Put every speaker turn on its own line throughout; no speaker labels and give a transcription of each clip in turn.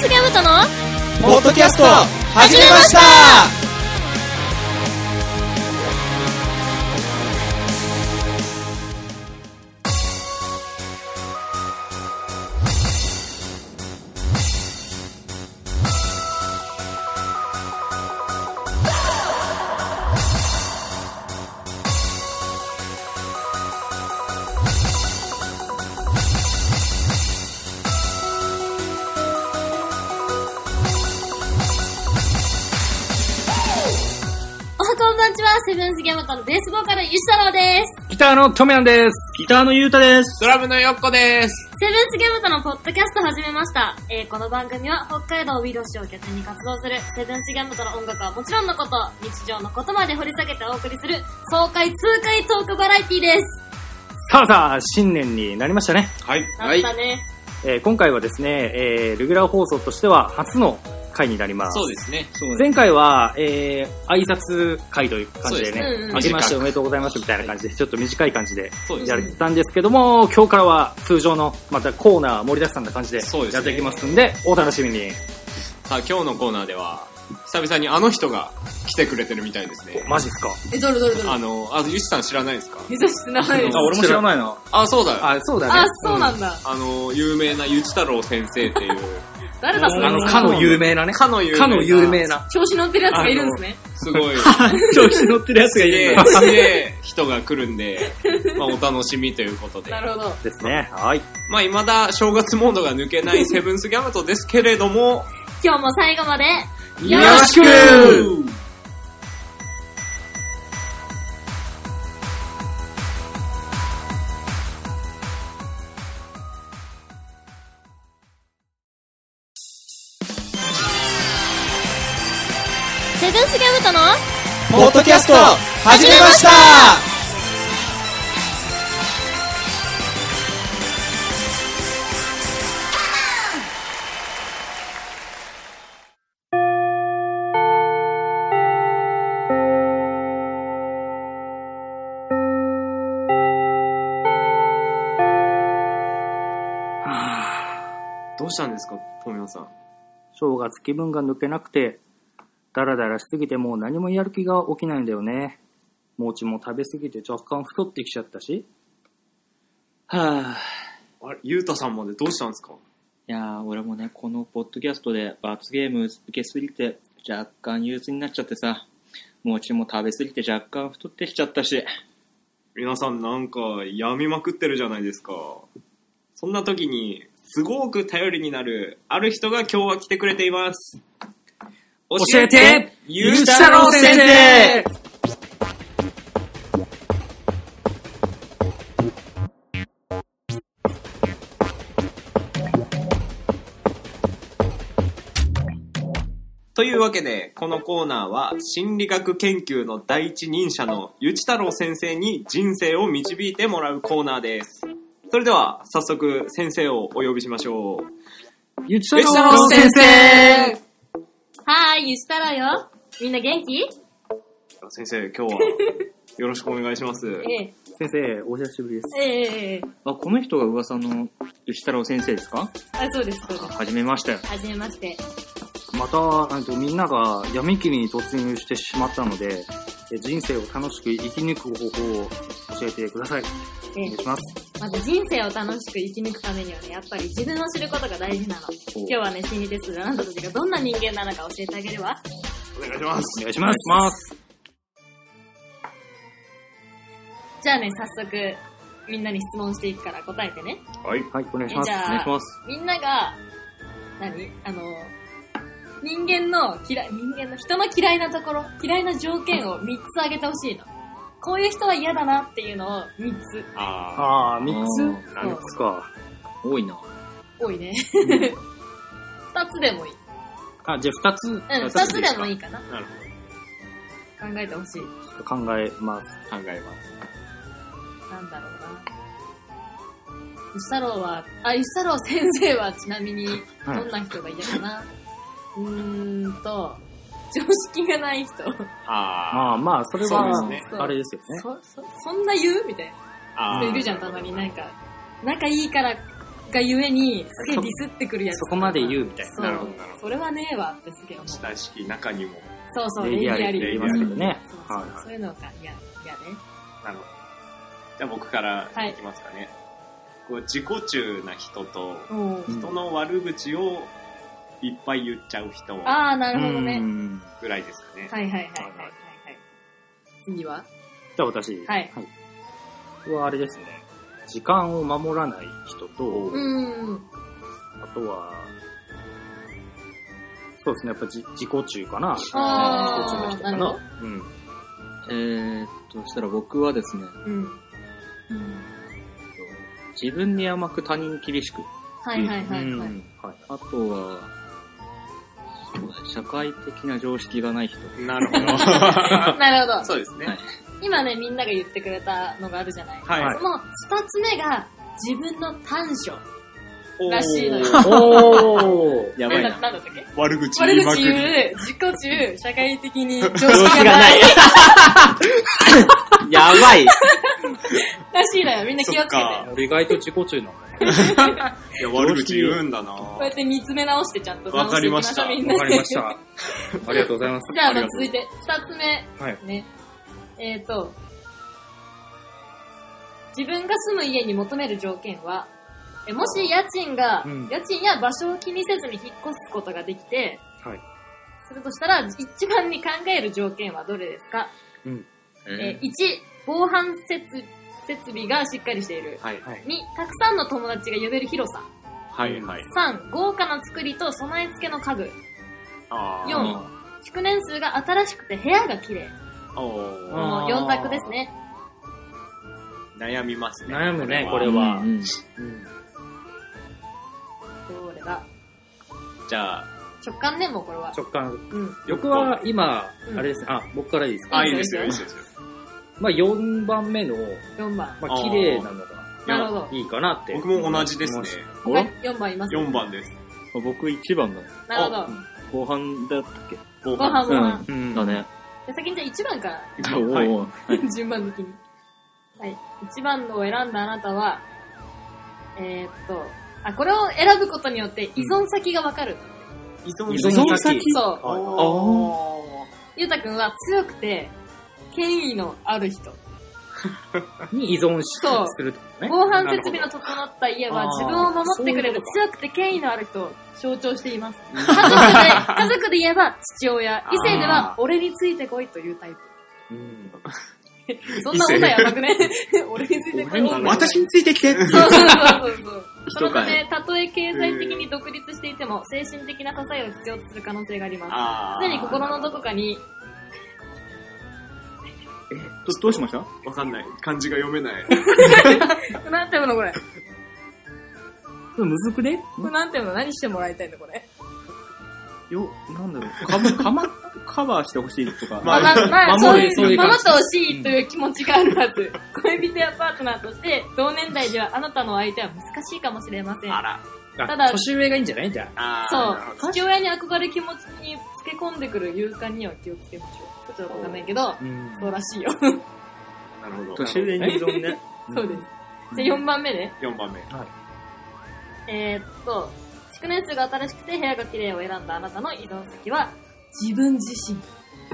スリアムとの
ポッドキャスト始めました
おはこんばんちは、セブンスギャムとのベースボーカル、ゆし太郎です。
ギターのトメヤンです。
ギターのゆうたです。
ドラムのよっこです。
セブンスギャムとのポッドキャスト始めました。えー、この番組は北海道ウィロ市を拠点に活動する、セブンスギャムとの音楽はもちろんのこと、日常のことまで掘り下げてお送りする、爽快痛快トークバラエティです。
さあさあ、新年になりましたね。
はい。
なったね。
えー今回はですね、えーレギュラー放送としては初の回になります。
そうですね。そう
前回は、えー挨拶会という感
そう
じで
ですね
ね、
うん
明けましておめでとうございますみたいな感じで、ちょっと短い感じで
そうです
やれてたんですけども、今日からは通常の、またコーナー盛りだくさんな感じで
そうですね
やっていきますんで、お楽しみに。
さあ、今日のコーナーでは、久々にあの人が来てくれてるみたいですね。
マジっすか
え、どれどれど
あの、あ、ゆしさん知らないですか
目指してない
あ俺も知らない
な。
あ、そうだよ。あ
あ、そうだね。
そうなんだ。
の、有名なゆち太郎先生っていう、
誰だそ
あの、かの有名なね。
かの有名な
かの有名な。
調子乗ってるやつ
がいるんです
ね。
すごい、
調子乗ってるやつが
す
い
げ
るん
え
だ。
すげえ人が来るんで、まあ、お楽しみということで。
ほど。
ですね。はい。
まあ、未だ正月モードが抜けないセブンスギャムトですけれども、
今日も最後まで、
よろしく
セブンスギャムとの
ポッドキャスト始めました
どうしたんですか、トミオさん。
正月気分が抜けなくて、ダラダラしすぎてもう何もやる気が起きないんだよね。餅も食べすぎて若干太ってきちゃったし。はぁ、
あれ、ゆうたさんまでどうしたんですか
いやー、俺もね、このポッドキャストで罰ゲーム受けすぎて若干憂鬱になっちゃってさ、餅も食べすぎて若干太ってきちゃったし、
皆さんなんか病みまくってるじゃないですかそんな時にすごく頼りになるある人が今日は来てくれています教
教えて
ゆう
う
たろう先生というわけでこのコーナーは心理学研究の第一人者のゆち太郎先生に人生を導いてもらうコーナーですそれでは早速先生をお呼びしましょう
ゆち
ゆち
た
た
ろ
ろ
う
う
先
先
生
はーい、ゆしたろうよ。みんな元気
先生今日はよろしくお願いします
ええ。
先生、お久しぶりです。
ええええ。
あ、この人が噂の吉太郎先生ですか
あ、そうです、そうです。
はじめましたよ。
はじめまして。
また、えっとみんなが闇切りに突入してしまったので、え人生を楽しく生き抜く方法を教えてください。
え
お
え
願いします。
まず人生を楽しく生き抜くためにはね、やっぱり自分を知ることが大事なの。今日はね、心理テストであなたたちがどんな人間なのか教えてあげるわ。
お願いします
お願いします。
じゃあね、早速、みんなに質問していくから答えてね。
はい
はい、お願いし
え
ます
じ。
お
ゃ
願い
あ
し、ます。
みんなが、何あの、人間の嫌い、人間の人の嫌いなところ、嫌いな条件を3つあげてほしいの。こういう人は嫌だなっていうのを3つ。
あ
あー、3つ
あ
そう
?3 つか。
ー多いな。
多いね。2つでもいい。
あ、じゃあ2つ。うん
うん、2つでもいいかな。
あなるほ
考えてほしい。
考えます。
ど考えます
なんだろうな。ゆしたろうは、あ、ゆしたろう先生はちなみ に、どんな人が嫌かな。うーんと、常識がない人。
あ
まあまあ、それ
そう
は
ですね、
あれですよね。
そ、そ、そんな言うみたいな。
ああ
人いるじゃん、たまになんか。仲いいからがゆえに、すげえディスってくるやつ。
そこまで言うみたいな
そう
なるほどなるほど
それはねえわってすげえ思う。そ
親しき中にも。
うそう、
礼儀あり
礼
って言
儀
い
あり
ますけどね
そう。そう
はい
そう
はい
いうのが嫌、嫌ね。
なるほど。じゃあ僕からいきますかね。こう自己中な人と、
うん
うん
人の悪口をいっぱい言っちゃう人
ああ、なるほど
う
ね。
ん
ぐらいですかね。
はいはいはいはいはいはい。次は
じゃあ私。
はい
はい。これはあれですね。時間を守らない人と、
うん。
あとは、そうですね、やっぱじ自己中かな。
あー
自己中の人か
なる
な
ほ。
うん。
えーっと、そしたら僕はですね、
うん。
うん自分に甘く他人に厳しく。
はいはいは
う
い
ん
はい。
はい。
あとは、そうだね社会的な常識がない人。
なるほ
なるほ
ど。
ど。
そうですね。
はい
今ね、みんなが言ってくれたのがあるじゃない。
はい。
はい
その二つ目が、自分の短所。
おー
らしいのよ
おー
やば
ないんだ、
な。
なんだったっけ
悪口言
悪
いまく
口
る。
言う、自己中、社会的に常識がない。
やばい
らしいのよ。みんな気をつけて。
そっか
俺意外と自己中なんだね。
いや、悪口言うんだな
こうやって見つめ直してちゃんと直
わ
し
か
てい
り
きま
ま
し
し
ょう、
た
みんな
わ
で。
かりま した。ありがとうございます。
じゃあ、
あり
まあ
がとう
続いて、二つ目。
はい。
ね。えっ、と、自分が住む家に求める条件は、えもし家賃が、
うん
家賃や場所を気にせずに引っ越すことができて、
はい。
するとしたら、一番に考える条件はどれですか、
うん。
えー ?1、防犯設設備がしっかりしている。
はい。
はい。
2、たくさんの友達が呼べる広さ。
はい、はい。
3、豪華な作りと備え付けの家具。
あー
よん築年数が新しくて部屋が綺麗。
おー
あー
4択ですね。
悩みますね。
悩むねこれは
うんうん
うん
どれだ
じゃあ、
直感ね、もうこれは。
直感。
うん。
僕は今
う、ん
あれですね。あ、僕からいいですか
あ、
い
い
い
い
で
ですす
よ
よ、いいですよ。
まあ4番目の、
4番。
まあ綺麗なのが
なるほど。
いいかなって。
僕も同じですね。
他に4番います。
4番です。
僕一番だね。
なるほど。
後半だったっけ
ご
ご飯
う
も
ん
番。
うん。
だね。
で先にじゃあ1番から。
おうおう
はい。
おう
順番的に。はい。1番のを選んだあなたは、えーっと、あ、これを選ぶことによって依存先がわかる。
依
依
存
存
先。
先。
そう。
はい
お
ゆうたくんは強くて、権威のある人。
に依存し
そう
するってことね。
防犯設備の整った家は
あー
自分を守ってくれる
そう
強くて権威のある人を象徴しています。家族で、家族で言えば父親、異性では俺についてこいというタイプ。
うん
そんな女やばくね 俺についてこい。
俺に
私についてきて
そうそうそうそう。その
人
た
か
め
い、
たとえ経済的に独立していても、精神的な支えを必要とする可能性があります。
あー
常に心のどこか に、
どどうしました
わかんない。漢字が読めない。
なんていうのこれ。
むずくね
これなんていうの何してもらいたいのこれ。
よ、なんだろう、かま、かま、カバーしてほしいとか。
ま
あ、な、まあ、そう
守
い、
るそういうう感
守
じ
ってほしいという気持ちがあるはず。恋人やパートナーとして、同年代ではあなたの相手は難しいかもしれません
あ。ら。
あ
ただ
年上がいいんじゃないじゃあ。
あー
そ
なるほ
う。父親に憧れる気持ちにつけ込んでくる勇敢には気をつけましょう。ちょっとわかんないけど、
うん
そうらしいよ。
どなるほど。
年上に依存ね。
そうです。じゃあ4番目ね。
4番目。
えーっと、築年数が新しくて部屋が綺麗を選んだあなたの依存先は、自分自身。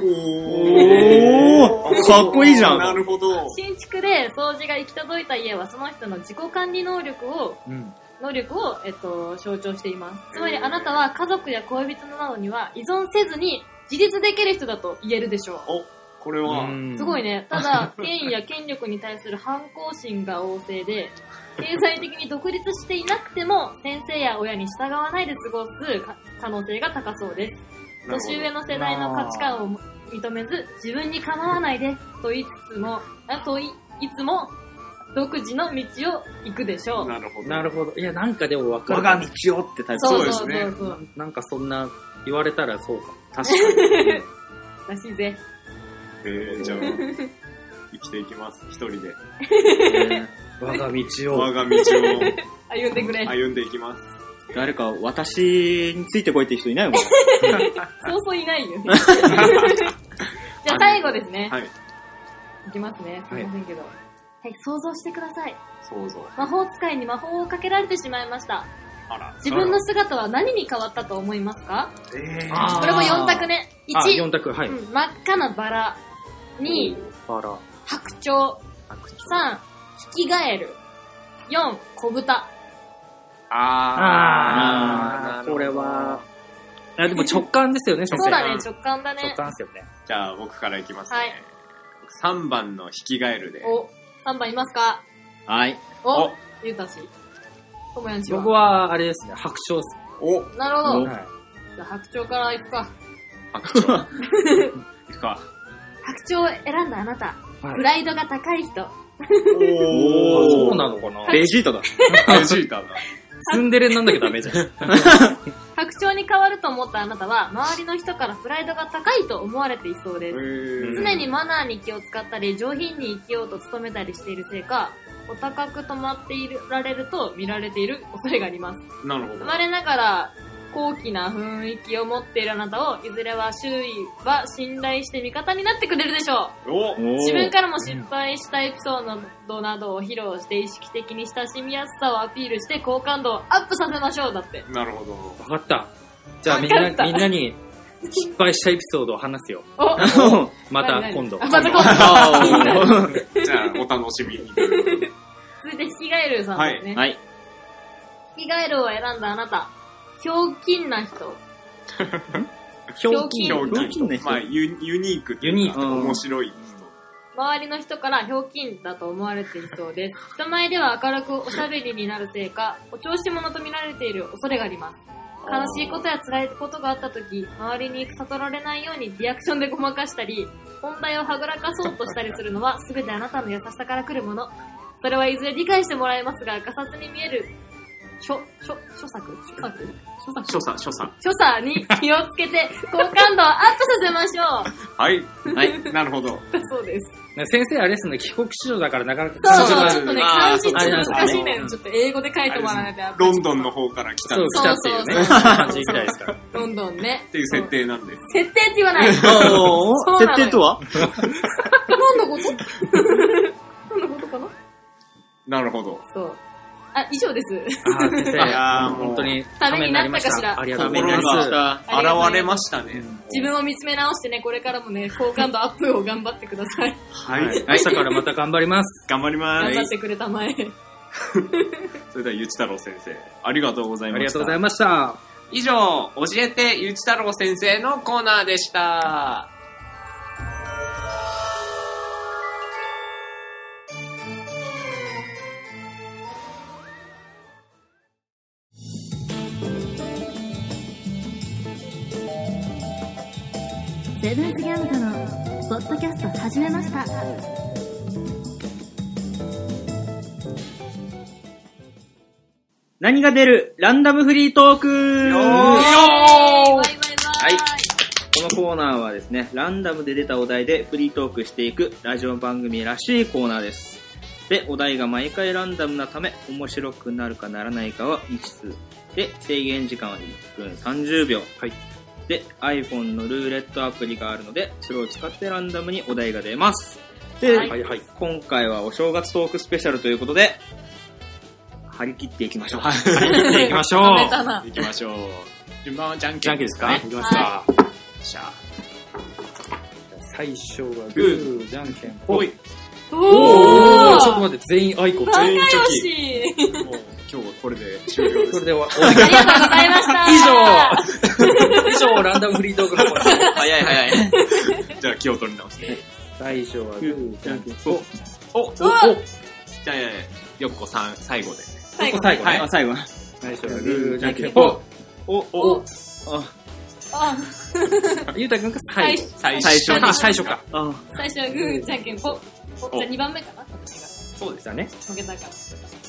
おーかっこいいじゃん
なるほど。
新築で掃除が行き届いた家は、その人の自己管理能力を、
うん。
能力を、えっと、象徴しています。つまりあなたは家族や恋人などには依存せずに自立できる人だと言えるでしょ
お、これは、
う。
す
すごい
ね。
ね。ただ、権威や権力に対する反抗心が旺盛 で、経済的に独立していなくても、先生や親に従わないで過ごすか可能性が高そうです。
なるほど
年上の世代の価値観を認めず、自分に構わないで、と言いつつも、あとい、いつも、独自の道を行くでしょう。
なるほど。
なるほど。いや、なんかでも分かる。
道をってタイ
そう
です
そう
ね
そうそう。
なんかそんな言われたらそうかも。
確かに。
らしいぜ。
えー、じゃあ、生きていきます。一人で。
我が道
我
を。
が道を
歩んでくれ。
歩んでいきます。
誰か、私についてこいって人いないもん。
そうそういないよね。 じゃあ最後ですね。
はい。
いきますね。すいませんけど。はい、想像してください。
想像。
魔法使いに魔法をかけられてしまいました。
あら。
自分の姿は何に変わったと思いますか
えー、
あ
これも4択ね。
あ、
1、
4択、はい。
うん真っ赤なバラ。2、
バラ。
白鳥。3、ヒキガエル。4、小豚。
あー。なるほど
これは、、あでも直感ですよね、先生。
そうだね、直感だ
直
ね。
感ですよね。
じゃあ僕からいきますね。
はい
3番の引きガエルで。
お、3番いますか
はい。
お
お、
ゆうたし。ともやんちは。
僕は、あれですね、白鳥です
お、
なるほ
ね。
ど。
はい
じゃあ白鳥から行くか。
白鳥。 いくか。
白鳥を選んだあなた。
はい
プライドが高い人。
お
あそうなのかな
ベジータだ。
ベジータだ。
ツンデレになんなきゃダメ じゃん。
白鳥に変わると思ったあなたは、周りの人からプライドが高いと思われていそうです。
常
常にマナーに気を使ったり、上品に生きようと努めたりしているせいか、お高く止まっているられると見られている恐れがあります。
なるほ
生
ど。
まれながら、高貴な雰囲気を持っているあなたを、いずれは周囲は信頼して味方になってくれるでしょ
お
お
う。自分からも失敗したエピソードなどを披露して、意識的に親しみやすさをアピールして、好感度をアップさせましょう。だって。
なるほど。
わかった。じゃあみん
わかった
な、みんなに失敗したエピソードを話すよ。
お
また
何
今度。
あまた今度。
あー
じゃあ、お楽しみにということで。
続いて、ヒガエルさんですね。
はい。
ヒガエルを選んだあなた。ひょうきんな 人。
ひょうきん。
ひょう
きんひょうきんね
まあ、ユユニークっていうか
ユニーク
面白い。
周りの人からひょうきんだと思われていそうです。人前では明るくおしゃべりになるせいか、お調子者と見られている恐れがあります。悲しいことや辛いことがあった時、周りに悟られないようにリアクションでごまかしたり、本題をはぐらかそうとしたりするのは全てあなたの優しさから来るもの。それはいずれ理解してもらえますが、ガサツに見える、しょ、しょ、諸作諸作諸作
所作、所作。
所作に気をつけて、好感度をアップさせましょう
はい。
はい。
なるほど。
だ そうです。
先生あれですね、帰国子女だからなかなか。
そう
そ
そう、
うそう
ちょっとね、
あー
漢字ちょっと
そう
難しいんだ
あ
よ。
れ
ちょっと英語で書いてもらわないとやっぱり
ロンドンの方から来たっ
そう、来たっていうね
そうそうそう
感じみたいですから。
ロンドンね。
ていう設。定なんで。
設定って言わない。何
お
そうなのよ
設定とは
のこと何のことかな
なるほど。
そう。あ、以上です。
あー先生、
いやー
本当に
ためになったかしら
ありがとう
た
ご
め
ざ
になり
いま
ますし。た。
ありがとうござ
現
い
れ
ま
ましたね。
自分を見つめ直してね、これからもね、好感度アップを頑張ってください。
は
はい
い。、
明日からまた頑張ります。
頑張りま
頑張っ
す。
てくれたまえ。
それでは、ゆち太郎先生、ありがとうござ
あ
いました。
りがとうございました。
以上、教えてゆち太郎先生のコーナーでした。
セブンスギャムとのポッドキャスト始めました
何が出るランダムフリートーク
はい、バイバイバイ。
このコーナーはですね、ランダムで出たお題でフリートークしていくラジオ番組らしいコーナーです。で、お題が毎回ランダムなため、面白くなるかならないかは未知数。で、制限時間は1分30秒。はい。で、iPhone のルーレットアプリがあるので、それを使ってランダムにお題が出ます。で、
はい
はい
今回はお正月トークスペシャルということで、張り切っていきましょう。
行っていきましょう。
ダメだな。
行きましょう。順番はじゃん
じ
け
ゃん
ん
けんですか
ね
行きますか。
しゃ
最初はグー、じゃんけんぽ
お
い。
い。
おー
ちょっと待って、全員アイコン。
仲
全員
良
チョキ
し
もう今日はこれで終了です
それ。では、
ありがとうございました。
以上、ランダムフリートークのコーナー
早い早い。
じゃあ気を取り直して。
最初はグー、じゃんけんぽい。
お、お、お、じゃあ、よっこさん、最後で。
最後
最後
は
ね
い、。最後。
最初はグー、じゃんけんぽい。
お、
お、
あ、
あ、
ゆうたくんが
は
最
い
後。
最
最初
あ最初か。
あ、
最初はグー、じゃんけんぽん。おじゃあ2番目かな私が
そうでしたね。
負けたから。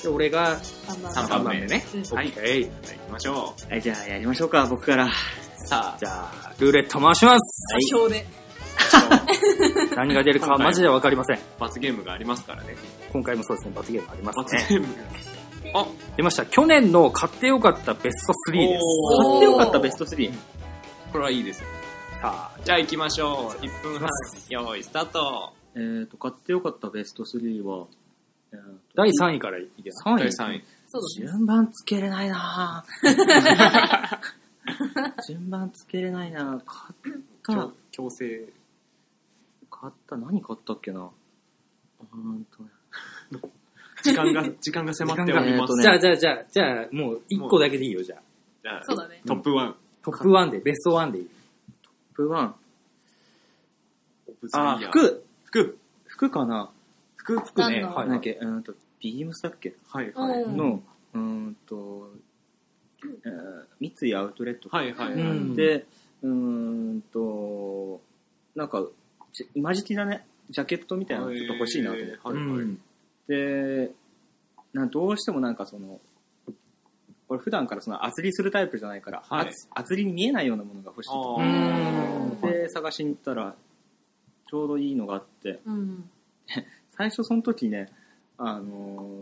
で、俺が
3番
3番目でね。
目。
はい。
えい。
じゃあ行きましょ
はい、じゃあやりましょうか、僕から。
う。さ
じゃあ、ルーレット回します。
表で。
何が出るかはマジでわかりません。
あ、罰ゲームがありますからね。
今回もそうですね、罰ゲームあります
罰
ね。
ゲームが。あ、
出ました。去年の買ってよかったベスト3です。
おー
買ってよかったベスト3。
これはいいですね。
さ
じゃあ行きましょう。1分半。よーい、スタート。
えっ、ー、と、買ってよかったベスト3は、
第3位からいけない。
3
第
位
3位。
そうだね。
順番つけれないな ぁ順番つけれないなぁ買った
強強制。
買った何買ったっけなうーんとね
時間が、時間が迫っております。
時
じ
間が
ゃあ、じゃあ、じゃあ、じゃあ、もう1個だけでいいよ、じゃあ。
じゃあ
そうだね
トップ1。
トップ1で、ベスト1でいい。
プワン
オブザ
あ
イヤー
服
服。
服かな
服。
服
何
ね、
の
はい
なんだっ
はい。
けうーんとビームスだっけ
は
う
い
ん
はい。
のうーんと、えー三井アウトレット
はいはいはい。
うん
でうーんとなんかちマジティだねジャケットみたいなのちょっと欲しいなと思って、
はいはい
うん
でなどうしてもなんかその俺普段からその厚りするタイプじゃないから、
はい
厚厚りに見えないようなものが欲しいと
あー
ー
で探しに行ったらちょうどいいのがあって
うん。
最初その時ねあの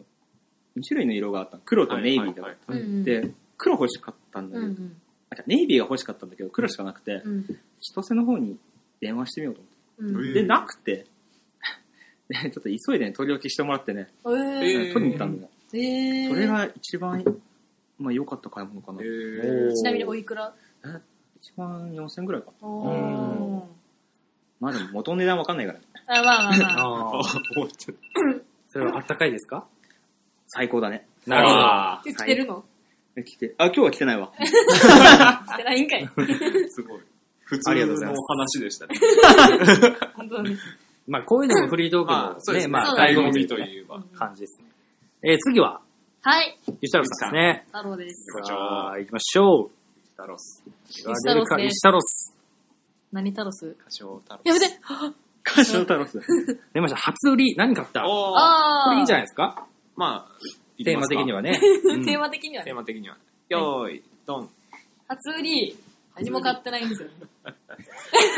2種類の色があったの黒とネイビーだ
は
か
いはい
うんう
ら
ん。
で黒欲しかったんだ
う
け
ん
ど、
うん。
あ違うネイビーが欲しかったんだけど黒しかなくて
うん
千歳の方に電話してみようと思って
うん。
で
うん
なくて でちょっと急いでね取り置きしてもらってね、
え
え
ー
ー
取りに行ったんだよ
えー
それが一番、まあ、良かった買い物かな。
え
お
ー
ー
ちなみにおいくら
一万4000ぐらいかな。
お
う
ー。
まあでも元の値段わかんないから。
あ、まあまあまあ。
あ
あ
あ、
もうちょっ
それはあったかいですか
最高だね。
なるほど
あ
今日着てるの
え来て、あ、今日は来てないわ。
着てないんかい。
と すごい。普通
ありがとうござい
の
ます
話でしたね。
本当だね。
まあ、こういうのもフリート
まあ
ー、ク
そう
の
です
ね、
ね。
まあ、
そうだね
醍
醍醐
醐
味
味
と
と
いう
いえば。
感じですね。えー、次は、
はい。
ゆしたろさんですね。
太郎です。
ゆき
じ
たろさん
ゃあ、行きましょう。
タロス。
ゆきたろっすね
ゆきたろっす
何太郎す
歌唱タロ
やめて
カシオタロス。
出ました。初売り、何買ったこ
おー
ああ
れいいんじゃ
ない
ないですか
まあ、いき
テー
ま
マ
すか
的にはね。うん
テーマ的には
テ
ね
ー。マ的には。よーい、ドン。
初売り、何も買ってないんですよ。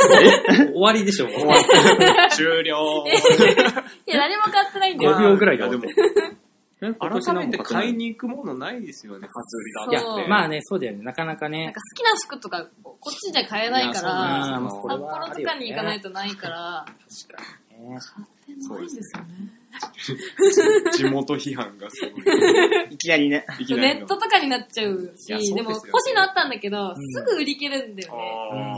終わりでしょ、終わり。
終了
いや、何も買ってないんだよ。
5秒ぐらいで
や
終
で
わ
も
っ、
改めて買いに行くものないですよね、 初売
い
り
や
だって。
まあね、そうだよね。なかなか
なん
ね
か。好きな服とか、こうこっちじゃ買えないか
いや
ら、
あーまあ
札
これは
幌とかに行かない
と。
とないから、
確かにね
買ってないんですよね。
地元批判がすごい。
いきなりね。
いきな
ネ
り
ッ
の
トとかになっちゃうし、
いやそうですよ
で
ね
も欲しいのあったんだけど、
ん
すぐ売り切れるんだよね。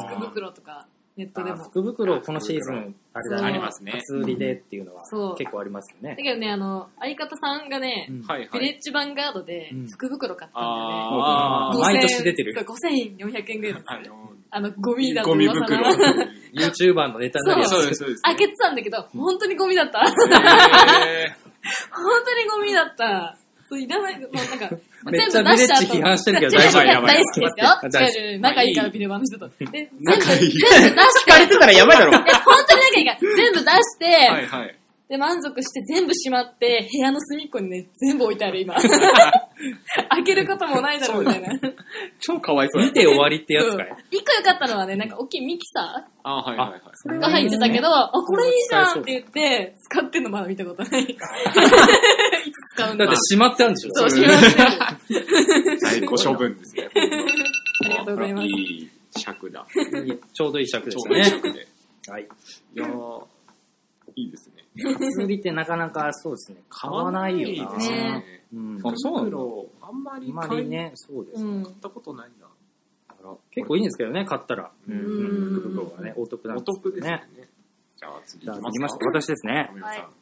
あ
ー
福袋とか、ネットで
あ
も。
福袋、このシーズン、あれだ
そうあ
ね。
ります
ね
初売りでっていうのは
そう、
結構ありますよ
だ。
ね
けどね、あの、相方さんがね、
うん
ーはい
ヴィ
は
レ
い。
ッジヴァンガードで
うん
福袋買ったんだよね。
あ
ー
5000
毎年出てる
そう、5400円ぐらいだった
あ
んだよ。
の、
あの、ゴミだ
ゴミ
噂の
袋。
YouTuber のネタになるやつ。
そうです、そうです。
開けてたんだけど、本当にゴミだった。本
え
当にゴミだった。そう、いらない、もうなんか、
めっちゃビレッジ批判してるけど
全部
大丈夫
大好きですよ。
やばいや
違う
ばい
違う違う仲いいからビレバンの人と。で、全部、
仲い
全部出
い
して。
聞かれてたらやばいだろ
え本当に仲いいから、全部出し
ーは
て、
いはい。
で、満足して全部しまって、部屋の隅っこにね、全部置いてある、 今。開けることもないだろう、みたいな。
超かわいそう
見て終わりってやつかい
うん。一個良かったのはね、なんか大きいミキサ
あーはいはいはい。
ーが入ってたけど、あ、これいいじゃんって言って、使ってんのまだ見たこと ない。いつ 使うん
だ
だ
ってしまってあるんでしょ
そう、
そ
し
れ
まってある。
在庫処分ですね。
ありがとうございます
いい尺だ。
ちょうどいい尺で
ちょ
し
う
た
どいい
ね。
尺で。
はい。
いやーいいですね。
初売りってなかなかそうですね、買わないよな。
買わです
ね
うん。
あそうなんだ
あんま
あ
り
んま
買
り
い買っ
ね、そうです
う
ね。
ん。
たことないな。
結構いいんですけどね、買ったら。
うん
福袋はね、お得なん
お
ですけど
得ですよね。。じゃあ次
じゃあ、
行
行
き
き
ま
ますす
か
か。。私ですね。
富山さん
はい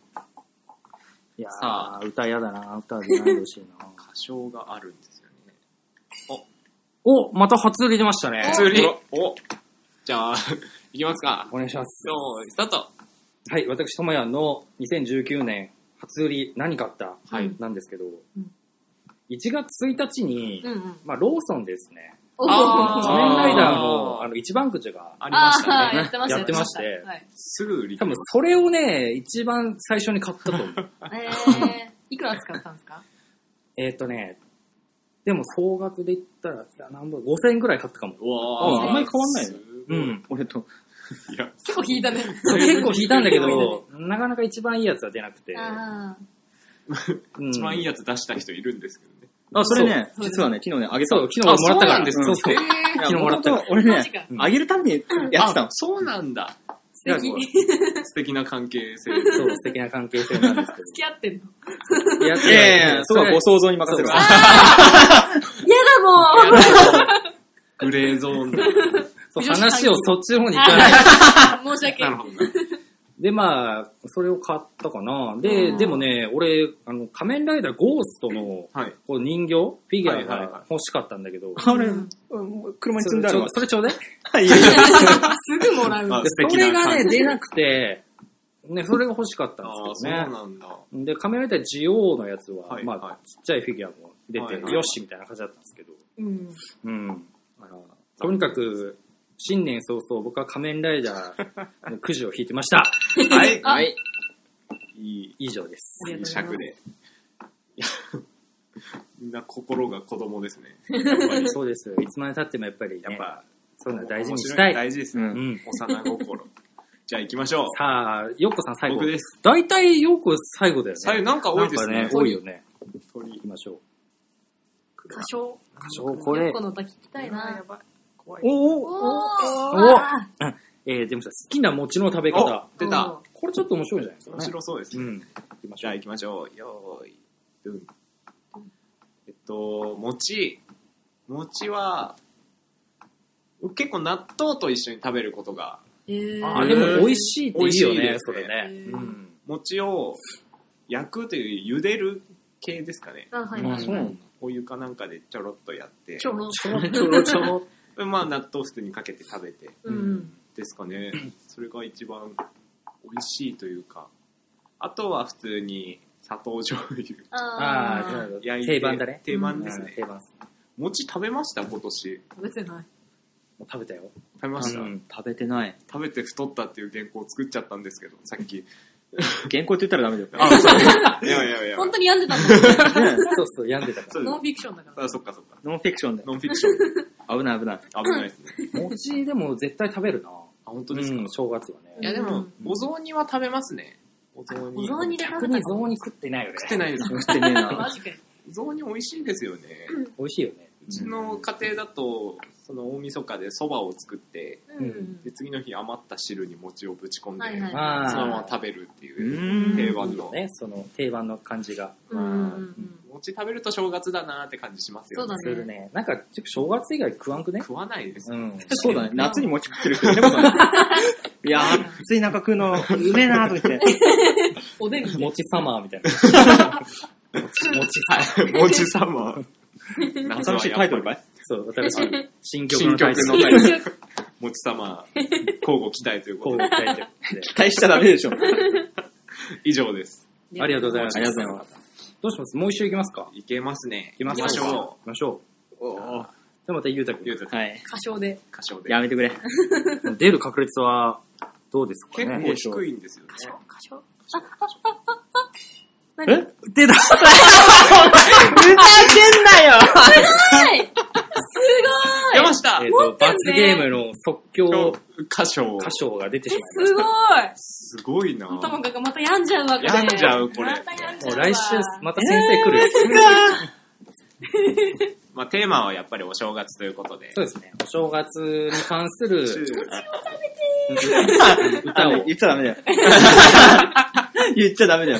いや
さ
ー、歌嫌だな。歌でないでほしいな。
歌唱があるんですよね。
お、また初売り出ましたね。
普通に。おじゃあ、行きますか。
お願いします。
よーい、スタート
はい、私、ともやんの2019年初売り何買った、
はい
なんですけど、
ん
1月1日に、
うんうん。
まあ、ローソンですね。
おー
あー
仮面ライダーの、あの、一番くじが、
ありま
あ
したね。
ーやってました
やってまして
はい
すぐ売り
多
切れ
分それをね、一番最初に買ったと思う。
えー、いくら使ったんですか
えっとね、でも総額で言ったら、いや、なんぼ、5000円くらい買ったかも。
うわ
あんまり変わんないよね
う。ん。
俺と。
いや、
結構引いたね。
そう結構引いたんだけど、なかなか一番いいやつは出なくて。
あー
うん
一番いいやつ出した人いるんですけどね。
あ、それね、
そう
実はね、昨日ね、あげた
そ
の
う、昨日もらったから。
あそうなんです
そう
ね
そう
えー
昨日もらった
いや元々俺
マジか
ね、あげるためにやってた
あ
の。
そうなんだ。
素敵。
いや
付
素敵な関係性。
そう、素敵な関係性なんです
き合ってんの。
けど。いや
いやいやいや、そこはご
ご
想像に任せるわ。
やだもう
グレーゾーン で。
そう話をそっちの方に行かない。
申し訳
なる
な
ほ
い。
どな。
で、まあ、それを買ったかな。で、
うん
でもね、俺、あの、仮面ライダーゴーストの、
はい。
こう人形、フィギュア
はいはいは
が欲しかったんだけど、
あれ、うん車に積んであるわ。
それちょうだい。
はい、いやいや
すぐもらう。
あ
で
素
そ
敵
れ
な
が
感じ
ね、出なくて、ね、それが欲しかったん
ああ、
です
そ
け
う
どね。
なんだ。
で、仮面ライダージオウのやつは、
はい
まあ、
はい
ちっちゃいフィギュアも出て、
はいはい
よしみたいな感じだったんですけど、
うん。
うん。あの、とにかく、新年早々僕は仮面ライダーのくじを引いてました。
はい。
あ
はい。
いい、
以上です。
ありがとうございま
尺
す。
で。いやみんな心が子供ですね。
そうです。いつまで経ってもやっぱり
やっ
ね、
ぱ、
そういうのは大事にした
面白
い。
大事です
う
ね。
ん
うん。
幼心。じゃあ行きましょう。
さあ、ようこさん最後。
僕です。
大体ようこ最後だよね。
左右なんか多いで
な
す
ん
ね
か。多いよね。
鳥
行きましょう。
歌唱。
歌唱、これ。
この歌聞きたいな。
怖い。
お
おお
お
えー、でもさ、好きな餅の食べ方
お。出た。。
これちょっと面白いんじゃないですか
面
ね。
白そうですね。
うん。行きまし
じ
ょ
ゃあ
う。
行きましょう。よーい。ドゥン。えっと、餅。餅は、結構納豆と一緒に食べることが、
えー
あー、でも美味しいっていいよ
美味しい
ね
で、す
そ
ね
れね。
う
うん。
餅を焼くという、茹でる系ですかね。
あ、はいは
う
い。
ん
お湯かなんかでちょろっとやって
ち、ょろ。
ちょろちょろちょろ。
でまあ納豆普通にかけて食べて
うん。
ですかね。それが一番美味しいというか。あとは普通に砂糖醤油
あ
あ
あ
あ、、
焼いて。
定番だね。
定番で
う
す
ん
ね。
定番っす。
餅食べました今年。
食べてない。
もう食べたよ。
食べました、
うん
食べてない。
食べて太ったっていう原稿を作っちゃったんですけど、さっき。
原稿って言ったらダメだよ。
あ、そう。いやいやい や。
本当に病んでたんだ。
そうそう、病んでたか
そうで
ノンフィクションだか
す。あ、そっかそっか。
ノンフィクションだよ。
ノンフィクション。
危ない危ない。
危ないですね。
ら。餅でも絶対食べるな。
あ、本当ですか、
うん
い
正月はね。
い
やで
う
も
ん、
お雑煮は食べますね。お雑煮。
お雑煮で食
逆
べた
に
の
雑煮食ってないよね。
食ってないです。
食ってねえ
マ
な。
ジかよ。
雑煮美味しいですよね。
美味しいよね。
うちの家庭だと、その大晦日で蕎麦を作って、
うん
で、。次の日余った汁に餅をぶち込んで、
はいはい
ああ。
そのまま食べるって
う
いう定
ーん。
番の。
ね、その定番の感じが
うんうんうん。
餅食べると正月だなーって感じしますよね。
するね。なんか、ちょっと正月以外食わんくね
食わないです
う
ね。
ん。
そうだね。夏に餅食ってる人いたことない。いやー、暑い中食うの、うめえなーとか言って。
おでんに。
餅サマーみたいな。餅餅サマー。
餅様。
新しいタイトルかい
そう、新しい新曲
新
のタ
曲
イト
の
ル。
タイトル。持ち様、交互期待という
こう
こと
書
で、
いてあって
期待しちゃダメでしょ。
以上です。
ありがとうございます。
ありがとうござい
ます。どうしますもう一周行きますか
いけますね。
行き
行
ま
き
し
ましょ
ょう。行きましょ
う。
う。
おー
じゃあまたゆうたく
ゆ
ん。
うたくん、
はい。
歌唱で。
歌唱で
や。めてくれ。
出る確率は、どうですか
結
ね
構低いんですよね。
歌唱。あ、あ、あ、あ、あ。何
出た
歌ってんなよ
はいす
山下
えっ
え
と、罰ゲームの即興
歌唱。
歌唱が出てしまい
ごいすごい
すごいな
ともかくまた病んじゃうわ、これ。
病んじゃうこれ
また病んじゃ
も
うわ。
う来週、また先生来るよ。
まあテーマはやっぱりお正月ということで
そ。うですね。お正月に関する 歌
あ
を
の 言っちゃダメだよ。言っちゃダメだよ。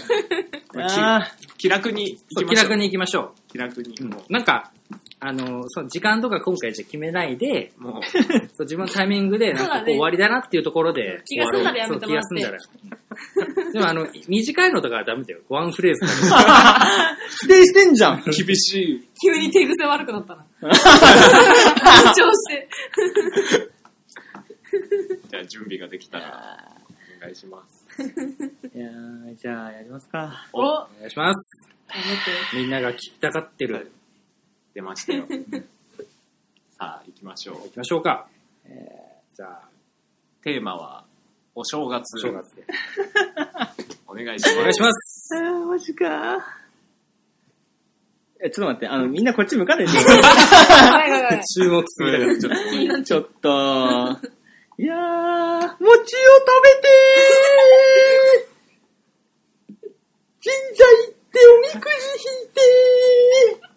あ
気楽に
そ
行
う、
き
気
ましょ
楽に行きましょ
う。気楽に。
う。
も
なんか、あの、その時間とか今回じゃ決めないで、
う、もう、
そう自分のタイミングで、なん
そう
か
だ
こう
ね
終わりだなっていうところで、
気が済んだらやめて
そう気
もらっ
が
て
済んだら。うんでもあの、短いのとかはダメだよ。ワンフレーズだけ
あ否定してんじゃん
厳しい。
急に手癖悪くなったな。緊張して。
じゃあ準備ができたら、お願いします。
いやーじゃあやりますか。
おや
お願いします。
めて。
みんなが聞きたがって
はい
る。
出 ましたよ。さあ、行きましょう
行。きましょうか。じゃあ、
テーマは、お正月。
お正月で。
お願いします。
お願い します。
あー、マジかえ、ちょっと待って、あの、みんなこっち向かないで。
はいはいはい。
注目す
それ
る。
ちょっとご めん
ちょっと、いやー、餅を食べてー神社行っておみくじ引いてー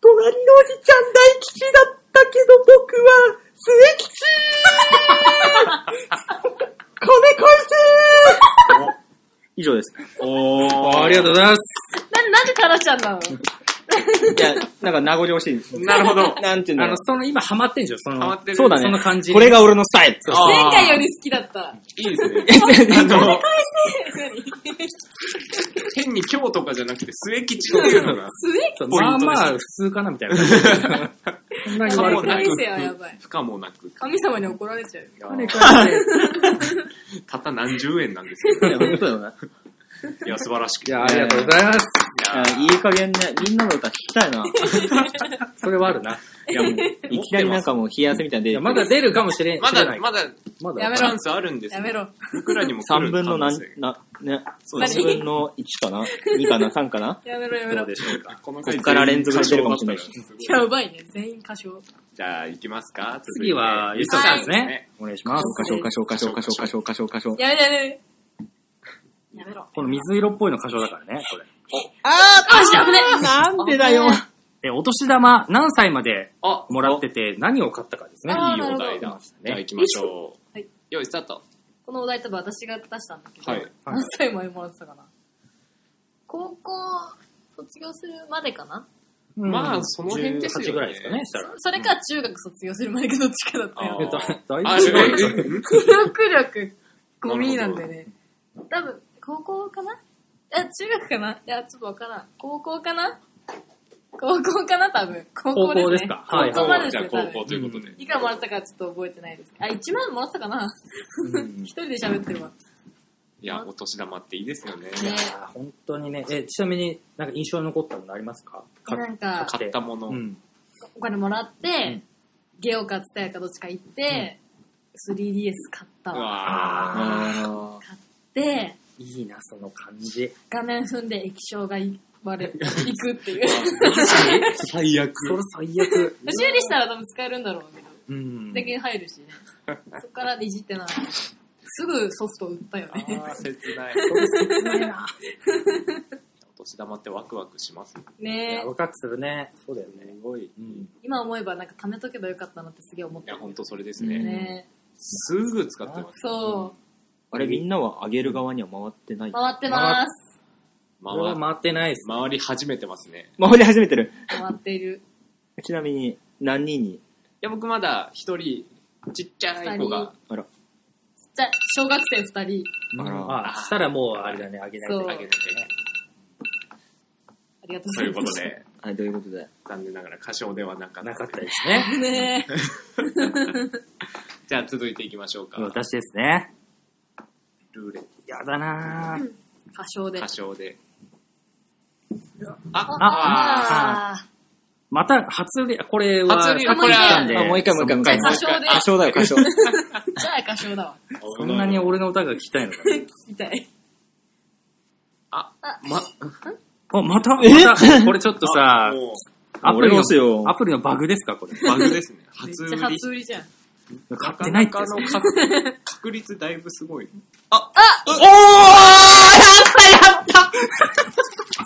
隣のおじちゃん大吉だったけど僕は末吉以上です。
お
あありがとうございます。
な、なんでタラちゃんなの
いや、なんか名残惜しいです。
なるほど。
なんていうんだ
あ
ろ
の
う、。
その、今ハマってんでしょその、
ハマってる
そうだね。
その感じ
これが俺のスタイル。
そう
あー
前回より好きだった。
いいですね。あの、変に今日とかじゃなくて、末吉っていうのが、
そう
ポイ
まあ
ントで
ますあ、普通かな みたいな感じ。そんなに
あ
悪
の
く
可
ない。
愛性はやばい。
不可もなく、
神様に怒られちゃうよ。
たった何十円なんですけ
いや、本当だよな。
ど、いや、素晴らしく。
いや、ありがとうございます。
いやいい加減ね、みんなの歌聞きたいな。
それはあるな。
いや、もう、
いきなりなんかもう冷や汗みたいない出
や
て
まだ出るかもしれん
ま
知れな
だ、
い。
まだ、
まだ
やめ
チ
ろ
ャンスあるんです
やめろ。
僕らにも来
3
る
分の
可能
何
性、
な、ね、
そうです
3分の1かな ?2 かな ?3 かな
やめろやめ
ど
ろ
うで。しょうか。
この
こ
回
こから連続してるかもしれない
全員歌唱だったら
やばいね。全員歌唱。
じゃあ、行きますか。続いて
次は、ゆっさんです
はい
ね。お願いします。
歌唱歌唱歌唱歌唱歌唱歌唱歌唱。
やめろやめろ。やめろ。
この水色っぽいの歌唱だからね、これ。
あ、し危ね
なんでだよ
え、お年玉何歳まで
あ、
もらってて何を買ったかですね。
あー
いいお題
な
だ。じゃあ、行きましょう。
はい
よい、スタート。
このお題多分私が出したんだけど、
はい
何歳までもらってたかな高校卒業するまでかな
うん
まあその辺ですよ
18
ね
ぐらいですかね、したら。
それか中学卒業するまでかどっちかだった
あ
よ
ー。
えっと、だい
あ、
ぶ
すご
違う
い。え
記憶力ゴミなんだよね。多分、高校かないや、中学かないや、ちょっとわからん。高校かな高校かな多分。高校です、ね。
高校ですかはい
高校までで
じ
す
ゃあ、
ね、
高
多
校
分。
ということで。
いくらもらったかちょっと覚えてないですけど。あ、1万もらったかな一人で喋ってるわ。
いや、お年玉っていいですよね。
ね
あー本当にね。え、ちなみになんか印象に残ったものありますかか
なんか、
買ったもの。
うん。
お金もらって、
ん
ゲオかツタヤかどっちか行って、3DS 買った
う
わ。
あ
わ
で、
いいな、その感じ。
画面踏んで液晶がい割れ、いくっていう。
ー最悪。
それ最悪。
修理したら多分使えるんだろうけど、
うん。
だけ入るしね。そっからいじってない。すぐソフト売ったよね。
あー切ない。お年玉ってワクワクしますね。
い
ね
や若くするね。そうだよね。
すごい。い
うん。
今思えばなんか貯めとけばよかったなってすげえ思った
や、。ほんとそれです
うん
ね。
ね
すぐ使ってます。
そ。。
あれみんなは上げる側には回ってないう
回ってます。
これは
回
回ってないです。
回り始めてますね。
回り始めてる。
回っている。
ちなみに、何人に
いや、僕まだ一人、ちっちゃい子が。
あら、
じゃあ、小学生二人。
うん
あら
あ、したらもうあれだね、あげない
そ
と
う。
あげなきゃいけない
ありがとうご
と
ざ
い
いうま
こ
す。
とで、
はい、どういうことで
残念ながら歌唱ではなかった。
なかったですね。
ねえ。
じゃあ続いていきましょうか。
私ですね。
ルーレット
やだなぁ。
歌唱で。
歌唱で。あ、
ああ。
また、初売り、これは、
初売り
さっき
これは
来たんで
あもう一回もう一回もう一回
歌唱で。
歌唱だよ、歌 唱。
じゃあ歌唱だわ。
そんなに俺の歌が聞きたいのかな。
聞きたい。
あ、ま、
あ、また、また、これちょっとさ
あ、も
アプ
俺
リの
のせよ、
アプリのバグですか、これ。
うバグですね。
めっ
初
ち
売
ゃ
り。
初売りじゃん。
買ってないって
なか
や
な
つ
かの確確率だいぶすごい。あ、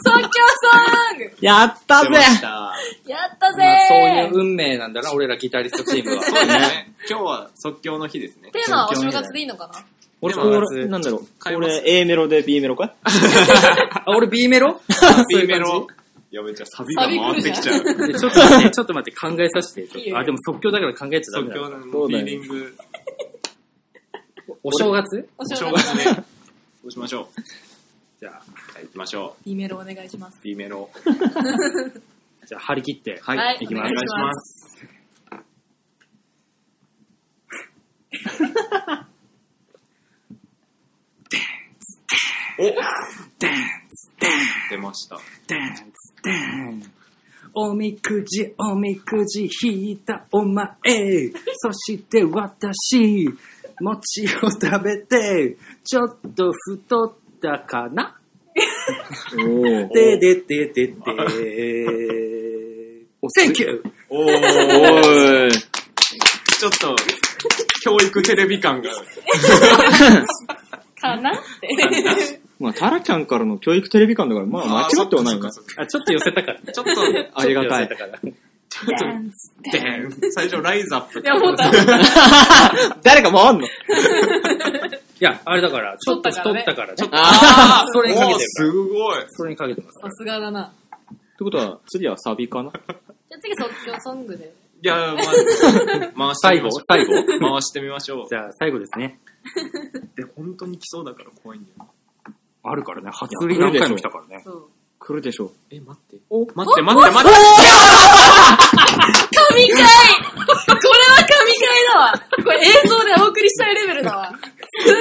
即興ソング
やった
出
ぜ
ました。
やったぜ
まあ
ー
そういう運命なんだな、俺らギタリストチームは。
そうですね。今日は即興の日ですね。
テーマはお正月でいいのかな
俺
でも
こ
正
れ
月
なんだろうこ
買います
れ A メロで B メロか
あ、俺 B メロ
B メロ。やべ、じゃあサビが回ってきちゃう。
でちょっと待 って、ちょっと待って、考えさせて。ち
い
ょっ
い
と
よ
あ、でも即興だから考えちゃダ
即
メ
興
だ。
のフィーリング、
お正月
お
お
正
正
月
月
だね。
で。そうしましょう。
じゃあ、
じゃあ行きましょ
E メロお願いします
う。。B メロ。
じゃあ張り切って。
はい
はい
いきます
お願いします。お出ました。
おみくじ、おみくじ引いたお前。そして私、餅を食べて、ちょっと太ったかな
おー
ででででで。お、センキュー
お
お
ー
ーい。
ちょっと、教育テレビ感が。
かなって。
まあ、タラちゃんからの教育テレビ感だから、まあ、間違ってはないよね
あそっかそっか
あ、ちょっと寄せたから。
ちょっと、ち
ありがたい
ちょっ。と寄せから。
ょっと、で最初ライズアッ プ。
いや、思った。
誰か回んの
や、あれだから、ちょっと太ったからね。
ちょっと、
あ
あ
それにか けてる
おーすごい。
それにかけてます。
さすがだな。
ってことは、次はサビかな
じゃあ次即興ソングで。
いや、まあ、回
最
してみ
後
ましょう。
最後
回してみましょう
じ。ゃあ、最後ですね。
で、本当に来そうだから怖いんだよな。
あるからね、初売り何回も来たからね。
そう。
来るでしょう。
え、待って。待って、待って、待って。
神回これは神回だわこれ映像でお送りしたいレベルだわ。すごい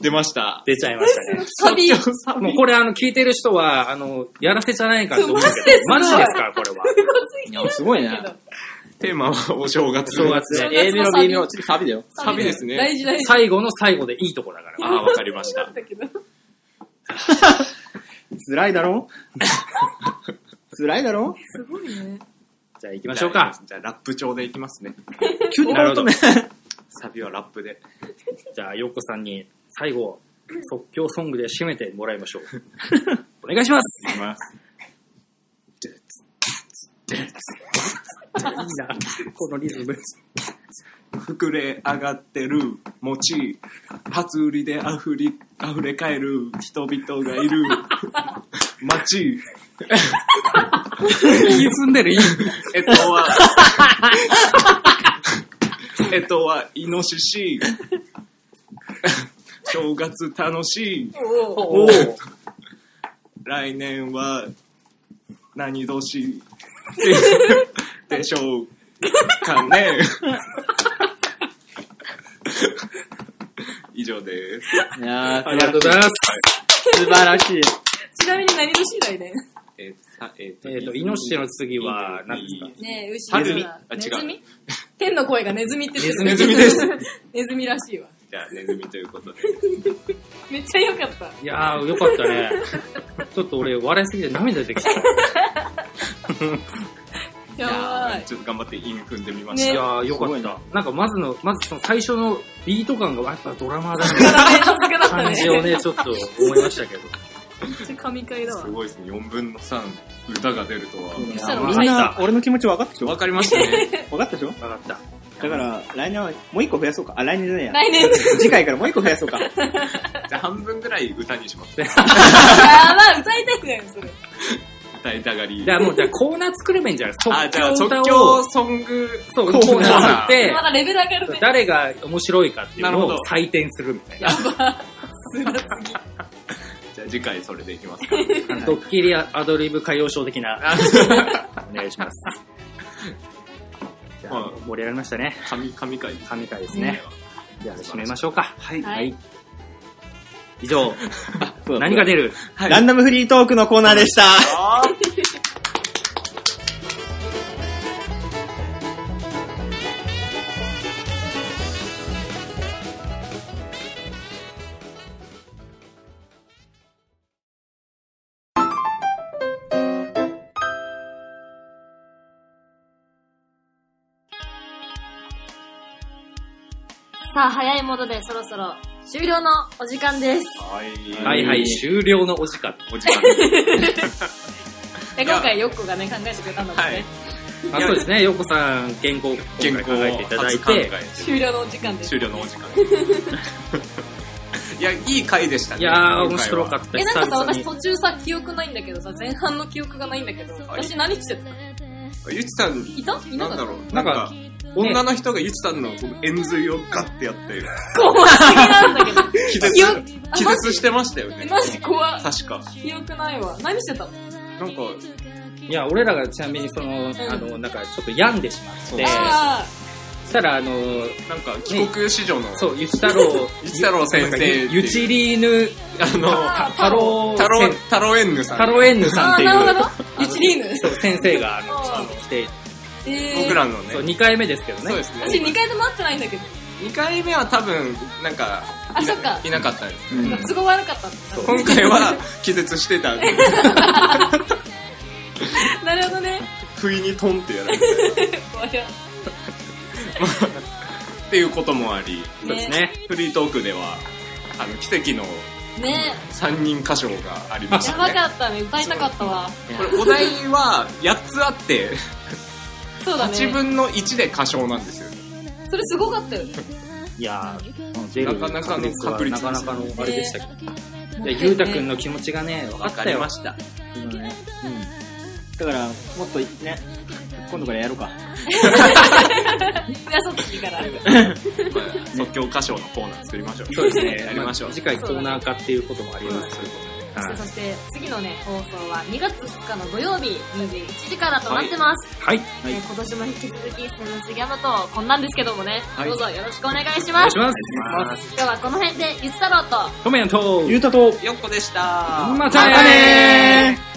出ました。
出ちゃいましたね。
サビ。す
もうこれあの、聞いてる人は、あの、やらせじゃないかと思うけど
そう、マ
マ
ジ
ジ
で
ですす
ご
から、これは。
ごすぎ
い
る
や、すごいね
け。ど。
テーマはお正月。
正月
正
で。
月
A メロ、B
のサビ
メロ、次サビだよ。
サビですね
大事大事。
最後の最後でいいとこだから。
ああ、わかりました
だっ。たけど
辛いだろ辛いだろ
すごいね。
じゃあ行きましょうか。。
じゃあ、ラップ調でいきますね。
急に変わったね。
サビはラップで。
じゃあ、ようこさんに最後、即興ソングで締めてもらいま しょう。お願いします。
いきます。
いいな、このリズム。
膨れ上がってる餅。初売りで溢り、溢れ返る人々がいる。街。
進んで る、いい。
えっと は、えっとは、イノシシ。正月楽しい。
おお。
おー
来年は、何年ででしょうかね。以上です。
いやー、
ありがとうございます。
素晴らしい。
ちなみに何年代ね。
えーさえ
えっと、イノシシの次は、何ですか
ねえ、牛
ネズミ
だ
あ
ネズ
違
ミ天の声がネズミって言ってる
ネズミです。
ネズミらしいわ。
じゃあ、ネズミということで。
めっちゃ良かった。
いやー、よかった ね。ちょっと俺、笑いすぎて涙出てきた。
い
やば
ー
い。
ちょっと頑張ってイン組んでみま
ね
し
い
た。
やー、よか
すご
っ
い
た
な。
なんか、まずの、まずその最初のビート感が、やっぱドラマーだ
だ
ね。
ねさすがだったね。
感じをね、ちょっと思いましたけど。
めっちゃ神回だわ
す。ごいですね。4分の3、歌が出るとは。
そしたら
みんな、俺の気持ち分かったでしょ
わかりましたね。
分かったでしょ
わかった。
だから、来年はもう一個増やそうか。あ、来年じゃないや。
来年の。
次回からもう一個増やそうか。
じゃあ半分ぐらい歌にします。
やばい、歌いたいんだよ、それ。
歌いたがり
じ。ゃあもう、じゃあコーナー作ればいいんじゃない
あ、じゃあ
即歌
即
を
興、ソング
そう、コ
コー
ーナー
ナ
作
ー
っ。
ま
て、
だレベル上がるね。
誰が面白いかっていう
なる
の
ほ
を
ど
採点するみたい
や
な。
ば。すばすぎ。
じゃあ次回それでいきますか。
ドッキリアドリブ歌謡ショー的な。お願いします。 じゃあ
はい
盛り上がりましたね。
神、神回です。
神回ですね。じゃあ締めましょうか。はい
はい。
以 上、
そうだ
何が出る
ランダムフリートークのコーナーでした。
さあ、早いものでそろそろ終了のお時間です。
はい。
はいはい、終了のお時間。
お時 間です。
え今回、ヨッコがね、考えてくれたんだもん
はい
ね。。
あそうですね、ようこさん、原稿を
原
今回
稿
考
を
えていただい
初 考
て、
え
終了のお時間です。
終了のお時間。いや、いい回でしたね。
いやー、面白か
っ
った
え、なんかさ、私
久々
途中さ、記憶ないんだけどさ、前半の記憶がないんだけど、
い
私何してた
た。ゆちさん、
いたいな
な
か
ん
っ
だ
た
ろう。な
なんん
か
か、ね
女の人がゆちさんのこの円髄をガッてや って、
怖すぎなんだけど。
気
記憶
絶、、気
あマジ
絶してましたよね。
マジ怖い。
確か。
記憶ないわ。何してたの
なんか、
いや、俺らがちなみにその、あの、なんかちょっと病んでしまっ
そう
て、
あ
そしたら、あの、
なんか、帰国子女の、
そう、ゆち太郎、
ゆち太郎先生っていう
ゆちりーぬ、
あの、
あー
太郎
タロ
先、
タロエンヌさん。
太郎エンヌ
ー
さ
あ
んっ
ー、
ていう、
なるほど
あ
な。ゆちりー
の
ぬ。
そう、先生が、あの、
あー
来て、
えー
僕らの
そう、
ね。
2回目ですけどね。
そうですね。
私2回とも会ってないんだけど。
2回目は多分、なんか、
あ、
い
そ
な
っか。
いなかったです。
うん
都合悪かったんだ
今回は気絶してたんで、
な。なるほどね。
不意にトンってやられて、
怖いよ
っていうこともあり、
そうですね。
フリートークでは、あの、奇跡の
ね
3人歌唱がありまし
や
た
ば
ね。
かったね。歌いたかったわ。
これお題は8つあって、
そうだね。
8分の1で歌唱なんですよ。
それすごかったよね。
いやー、この出
な
る
かなかの確率
なかなかのあれでしたけど。いや、
ね
ゆうたくんの気持ちがね、分か
わ
っ
か
た
り
よ
ま。した。
今ね
だから、もっとね、今度からやろうか。
や、そっちから。
まあ即興歌唱のコーナー作りましょう。
そうですね。
やりましょう
あ。次回コーナー化っていうこともありますけど。
さあそして、次のね、放送は2月2日の土曜日21時からとなってます。
はい。
えー今年も引き続き、セブンスギャムと、こんなんですけどもね、
はい
どうぞよろしくお願いし
お願
ま
い
す。
します。
今日はこの辺で、ゆつ太郎と、
トメヤンと、
ゆうたと、
よっこでした。
またねー